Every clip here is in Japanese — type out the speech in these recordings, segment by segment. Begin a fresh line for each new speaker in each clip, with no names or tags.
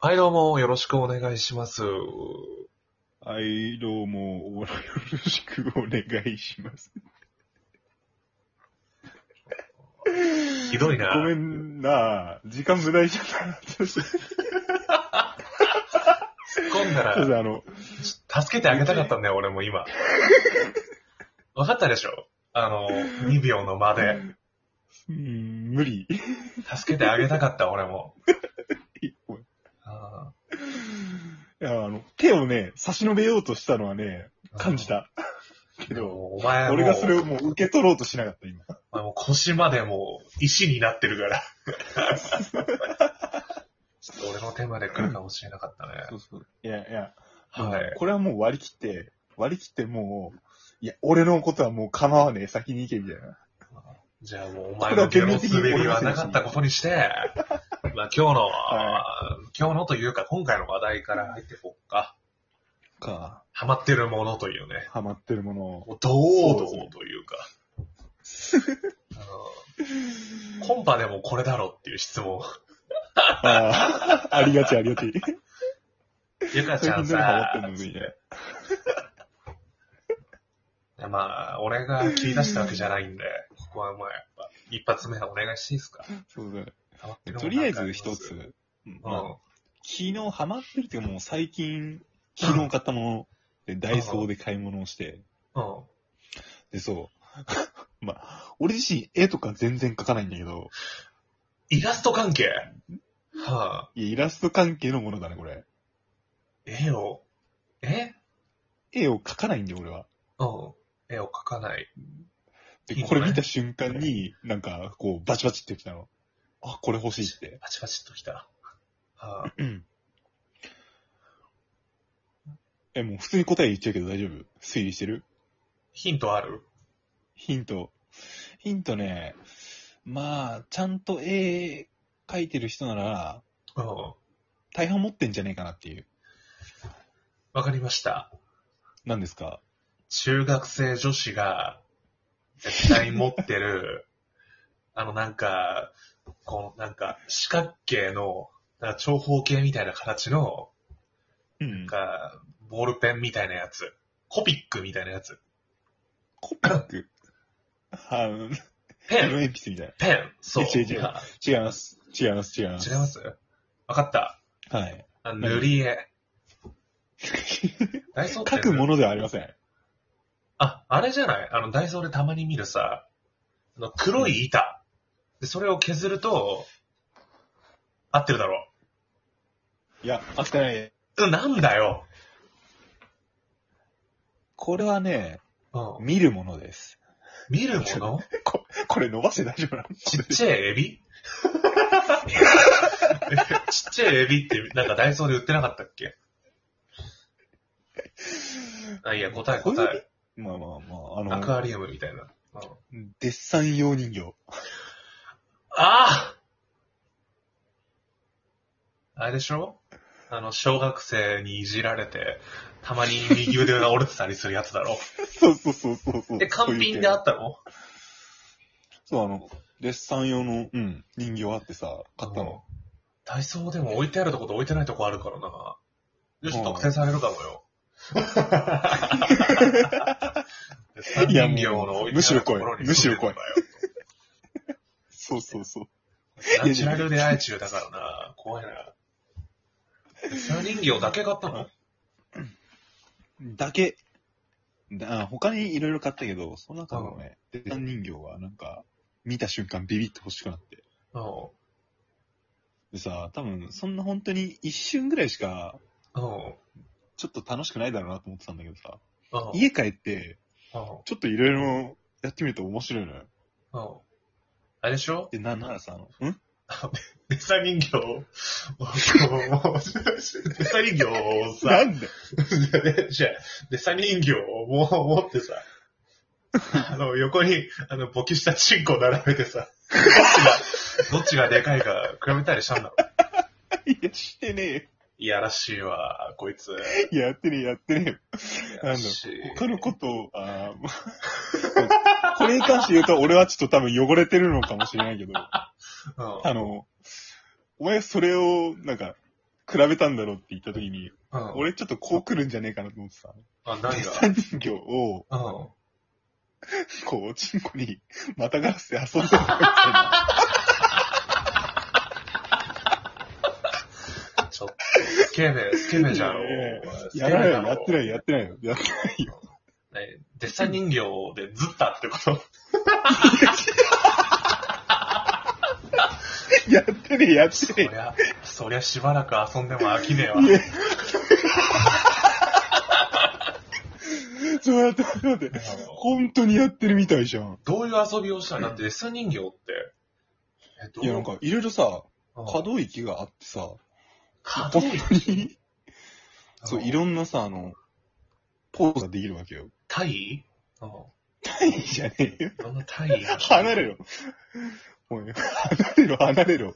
はい、どうも、よろしくお願いします。
はい、どうも、よろしくお願いします。
ひどいな。
ごめんな時間無駄にしちゃった。ちょっ
突っ込んだ ら、
とあの、
助けてあげたかったんだよ、俺も今。わかったでしょあの、2秒の間で、
うん、無理。
助けてあげたかった、俺も。
い
あ
や、あの、手をね、差し伸べようとしたのはね、
ー
感じ。た。け
で
ど、
も、お前もう、
俺がそれをもう受け取ろうとしなかった、今。
お前もう腰までもう石になってるから。 ちょっと俺の手まで来るかもしれなかったね。
そうそう。いや、いや、
はい。
これはもう割り切って、割り切ってもう、いや、俺のことはもう構わねえ、先に行け、みたいな。
じゃあもうお前の手の滑りはなかったことにして、まあ今日の、今日のというか今回の話題から入っていこうか。
か、
ハマってるものというね。
ハマってるものを。
もう堂々というか。あのコンパでもこれだろっていう質問。
あ あ、ありがち、ありがち。
ゆかちゃんさ
最近全部ハマって、 んの
つっ
みんな
てまあ、俺が切り出したわけじゃないんで、ここはまあやっぱ、一発目はお願いしていいですか。
そう
ハマってる
だね。
も
と
の
りあ
な
え
んかり
ず
ま
一
す
つ。
う
まあ
ん。
昨日ハマってるっていうかもう最近、昨日買ったもので、ダイソーで買い物をして、
うん。
で、そう。 まあ、俺自身絵とか全然描かないんだけど、
イラスト関係はあ、
いや、イラスト関係のものだね、これ。
絵を、え
絵を描かないんだよ、俺は。
うん。絵を描かない。いい
で、
のね
これ見た瞬間に、なんか、こう、バチバチってきたの。あ、これ欲しいって。
パチパチっときた。はあ、
うん。え、もう普通に答え言っちゃうけど大丈夫推理してる
ヒントある
ヒント。ヒントね。まあ、ちゃんと絵描いてる人なら、
うん。
大半持ってんじゃねえかなっていう。
わかりました。
何ですか
中学生女子が絶対持ってる、 あのなんか、こうなんか四角形の、なんか長方形みたいな形の、
うん
なん。かボールペンみたいなやつ。コピックみたいなやつ。
コピック。あの、
ペ
色
ン
鉛筆みたい
ペンそう。
違う違う
あ
な。違います。違います。違いま
違
す。
いますわかった。
はい。
あ塗り絵。ダイソーって
書くものではありません。
あ、あれじゃないあの、ダイソーでたまに見るさ、あの黒い板。で、それを削ると、合ってるだろ
いや、あってない。
う。うん、なんだよ。
これはね、
うん。
見るものです。
見るもの
ここれ伸ばして大丈夫なの
ちっちゃいエビちっちゃいエビって、なんかダイソーで売ってなかったっけあ、いや、答え答え。
まあまあ
ア
まあ、あ
ク
の、
アリウムみたいな。うん、
デッサン用人形。
あああれでしょあの、小学生にいじられて、たまに右腕が折れてたりするやつだろ。
そうそうそうそうそう。
で、
そう
完
いう
品
系
であったの
そう、あの、デッサン用の、うん、人形あってさ、買った
うん
の。
ダイソーでも置いてあるとこと置いてないとこあるからな。よ
う
し、
ん
特定されるかも よ。三
いや
人形の置いて
むし
あ
ろ
るとこ
来い
ろに
むしろ来い
住んでんだよ
そうそうそう。
ナチュラル出会い中だからな。怖いな。三人形だけ買ったの
だけ、だ他にいろいろ買ったけど、その中のね、デッサン人形はなんか、見た瞬間ビビって欲しくなって。
う
でさ、多分、そんな本当に一瞬ぐらいしか、
ん。うん。
ちょっと楽しくないだろうなと思ってたんだけどさ、
うん。
家帰って、
うん
ちょっといろいろやってみると面白いのよ。
うん。あれでしょ
で、な、ならさ、あのん
デサ人形 を、デサ人形を
な
さ、
んで
じゃあデサ人形をもう持ってさ、あの、横に、あの、勃起したチンコを並べてさ、どっちが、どっちがでかいか比べたりしたんだろう。
いや、してねえよ。
いやらしいわ、こいつ。
いや、やってねえ、やってねえ
い
よ。
やらしい。
他のことを、あーまあこれに関して言うと、俺はちょっと多分汚れてるのかもしれないけど、あ
うん
の、お前それを、なんか、比べたんだろうって言った時に、
うん。、
俺ちょっとこう来るんじゃねえかなと思ってさ、
あ、何
デッサン人形を、
がうん。
こう、チンコにまたがらせて遊んでるみたいな。
ちょっと、スケベ、スケベじゃろ
いやいやい。
スケ
や
ベ
らない
だ
よ、
ろ
やってないよ、やってないよ。やってないよ。
ねデッサン人形でずったってこと
やってねえ、やって
そ
ね
りゃ、そりゃしばらく遊んでも飽きねえわ
え。。いやちょっと待って、待って待って。本当にやってるみたいじゃん。
どういう遊びをしたら、だってデッサン人形って、え、どう
いや、なん、か、いろいろさ、
うん
可動域があってさ、
可動
本
域
当に、そう、い
色。
ろんなさ、あの、ポーズができるわけよ。
タイうん。
いいじゃねえよ。
いろんなタイ
離 れろ。おい、離れろ、離れろ。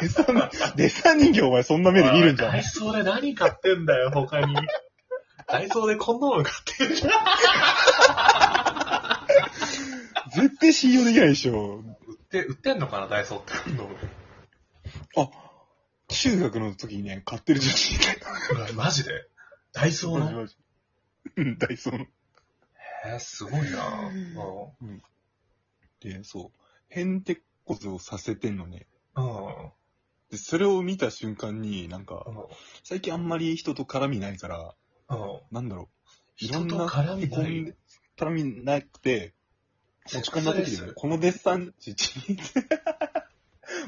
デサン、デサン人形お前そんな目で見るんじゃな
ダ
い
イソーで何買ってんだよ、他に。ダイソーでこんなもの買ってんじゃん。
絶対信用できないでしょ。
売って、売ってんのかな、ダイソーって。
あ、中学の時にね、買ってる女子いたよ。
うわマジでダイソーの
マジマジうん、ダイソーの。
えー、すごいなうん。
で、そう、ヘンテコ図をさせてんのね。
うん。
で、それを見た瞬間に、なんか
う、ん。
最近あんまり人と絡みないから、
うん。
なんだろう。いろ
人
ん
と
な、
絡みな
へこん
い
で。絡みなくて、落ち込んだ時でも、
い
このデッサン、ちち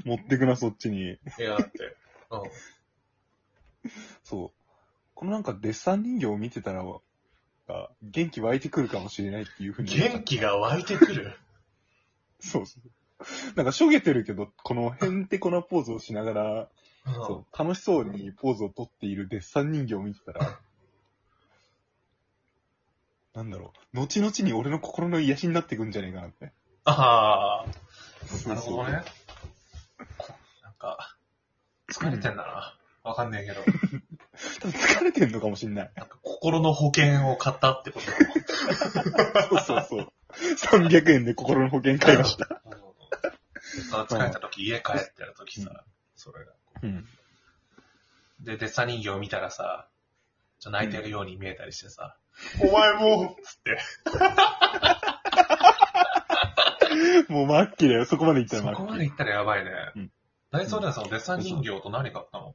持ってくな、そっちに。
や、だって。うん。
そう。このなんかデッサン人形を見てたら、あ元気湧いてくるかもしれないっていうふうに。
元気が湧いてくる。
そうそう。なんか、しょげてるけど、このへんてこなポーズをしながら、
うん。
そう、楽しそうにポーズをとっているデッサン人形を見てたら、なんだろう、後々に俺の心の癒しになってくんじゃねえかなって。
ああ、
そ
な
う
る
そう
ほどね。なんか、疲れてんだな。わかんねえけど。
多分疲れてんのかもしんない。
なんか心の保険を買ったってこと
そうそうそう。300円で心の保険買いました。
うんでさ、疲れた時、家帰ってる時さ、それが。
うん。
で、デッサン人形見たらさ、ちょっと泣いてるように見えたりしてさ、お前もう、つって、
もう末期だよ。そこまでいった
そ
ら末期。
こまで行ったらやばいね
うん。
ダイソーではそのデッサン人形と何買ったの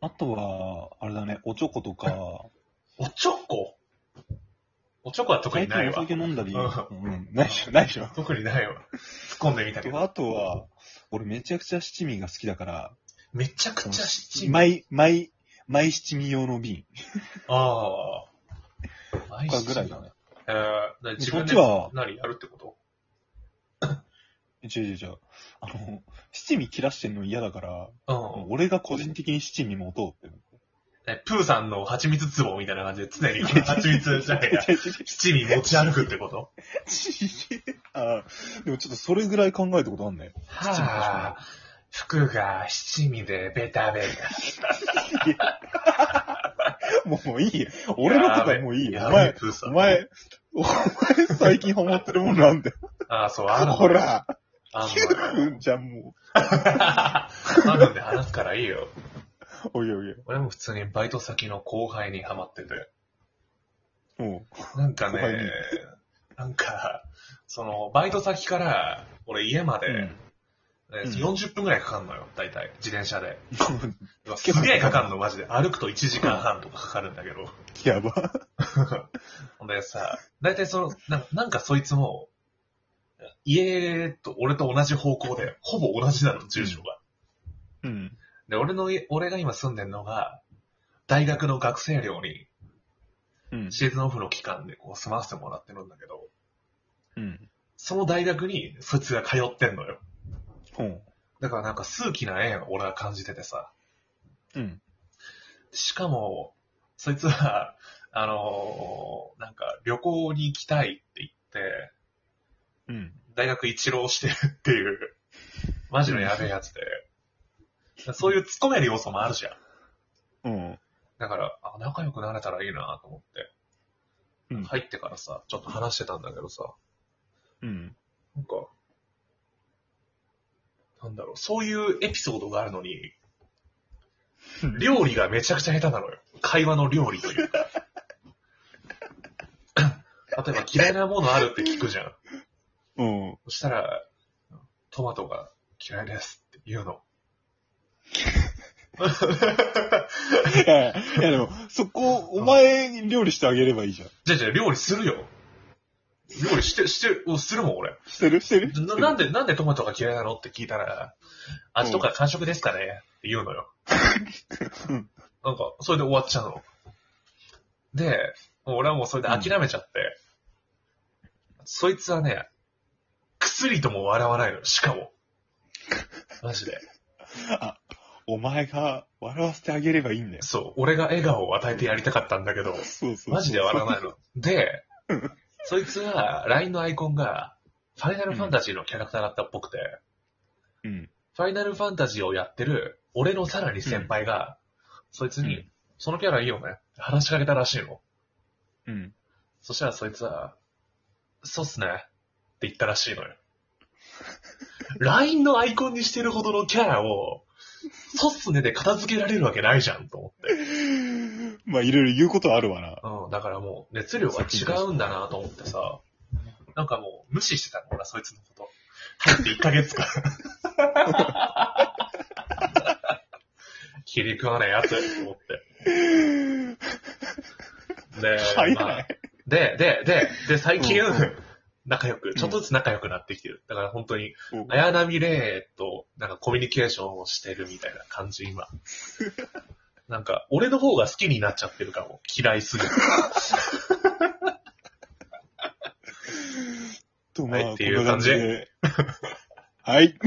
あとは、あれだね、おちょことか、
おちょこおちょこは特にない
お
わ
酒。飲んだり、
う
うん、ないでしょ、ないでしょ。
特にないわ。突っ込んでみたけど。
あとは、俺めちゃくちゃ七味が好きだから、
めちゃくちゃ七味。
毎、毎、毎七味用の瓶。
ああ。毎
とかぐらいだね。
えー、だから自分で
そっちは
何やるってこと
違う違う違う。あの、七味切らしてんの嫌だから、
うん。
俺が個人的に七味持とうって。
え、プーさんの蜂蜜壺みたいな感じで常
。
に蜂蜜じゃないや
違う違う違う
七味持ち歩くってこと
ちげえ あーでもちょっとそれぐらい考えたことあんね。
はあ、服が七味でベタベ
も うもういいよ。
タ。
俺のことはもういいよ。
や
お
べえ
前、
プーさ
お
ん。
前、お前最近ハマってるもんなんだよ。
ああ、そう、あるの
ほら、
あ
キューくんじゃん、も
の、あるんで話すからいいよ。
う。おいおいおい。
俺も普通にバイト先の後輩にハマってて。
も
なんか
後輩に
ね、なんか、その、バイト先から、俺家まで、
う。う
ね
ん
40分くらいかかるのよ、大体。自転車 で。うわす
結構
げえかかるの、マジで。歩くと1時間半とかかかるんだけど。
やば。
ほんでさ、大体その、ななんかそいつも、家と俺と同じ方向で、ほぼ同じなの、住所が。
うん。
で、俺の家、俺が今住んでるのが、大学の学生寮に、
うん。
シーズンオフの期間でこう住まわせてもらってるんだけど、
うん。
その大学にそいつが通ってんのよ。
ほう。
だからなんか数奇な縁を俺は感じててさ、
うん。
しかも、そいつは、あのーなんか旅行に行きたいって言って、
うん。
大学一浪してるっていう、マジのやべえやつで、そういう突っ込める要素もあるじゃん。
うん。
だから、あ仲良くなれたらいいなと思って、
うん
入ってからさ、ちょっと話してたんだけどさ、
うん。
なんか、なんだろう、そういうエピソードがあるのに、料理がめちゃくちゃ下手なのよ。会話の料理というか。例えば嫌いなものあるって聞くじゃん。
うん。
そしたら、トマトが嫌いですって言うの。
いや、いやでも、そこ、お前に料理してあげればいいじゃん。
じゃあじゃあ料理するよ。料理して、してる、するもん俺。
してるしてる
ななんで、なんでトマトが嫌いなのって聞いたら、味とか感触ですかねって言うのよ。
うん
なんか、それで終わっちゃうの。で、もう俺はもうそれで諦めちゃって、そいつはね、くすりとも笑わないの、しかも。マジで。
お前が笑わせてあげればいいんだよ。
そう、俺が笑顔を与えてやりたかったんだけど、
そうそう。
マジで笑わないの。で、そいつは LINE のアイコンが、ファイナルファンタジーのキャラクターだったっぽくて、
うん。
ファイナルファンタジーをやってる、俺のさらに先輩が、そいつに、
うん
そのキャラいいよね。話しかけたらしいの。
うん。
そしたらそいつは、そうっすね。って言ったらしいの よ。LINE のアイコンにしてるほどのキャラを、そうっすねで片付けられるわけないじゃんと思って。
まあ、いろいろ言うことはあるわ な。
うん、だからもう熱量が違うんだなと思ってさ、なんかもう無視してたの、俺はそいつのこと。入って1ヶ月間。 切り食わないやつと思って。で、
早い、
まあで、で、で、で、最近
うんうん、
仲良く、ちょっとずつ仲良くなってきてる。だから本当に、
お
綾波レイと、なんかコミュニケーションをしてるみたいな感じ、 今。なんか、俺の方が好きになっちゃってるかも。嫌いすぎて。
と、ま
は
あ、
いっていう感じ
こんなで。はい。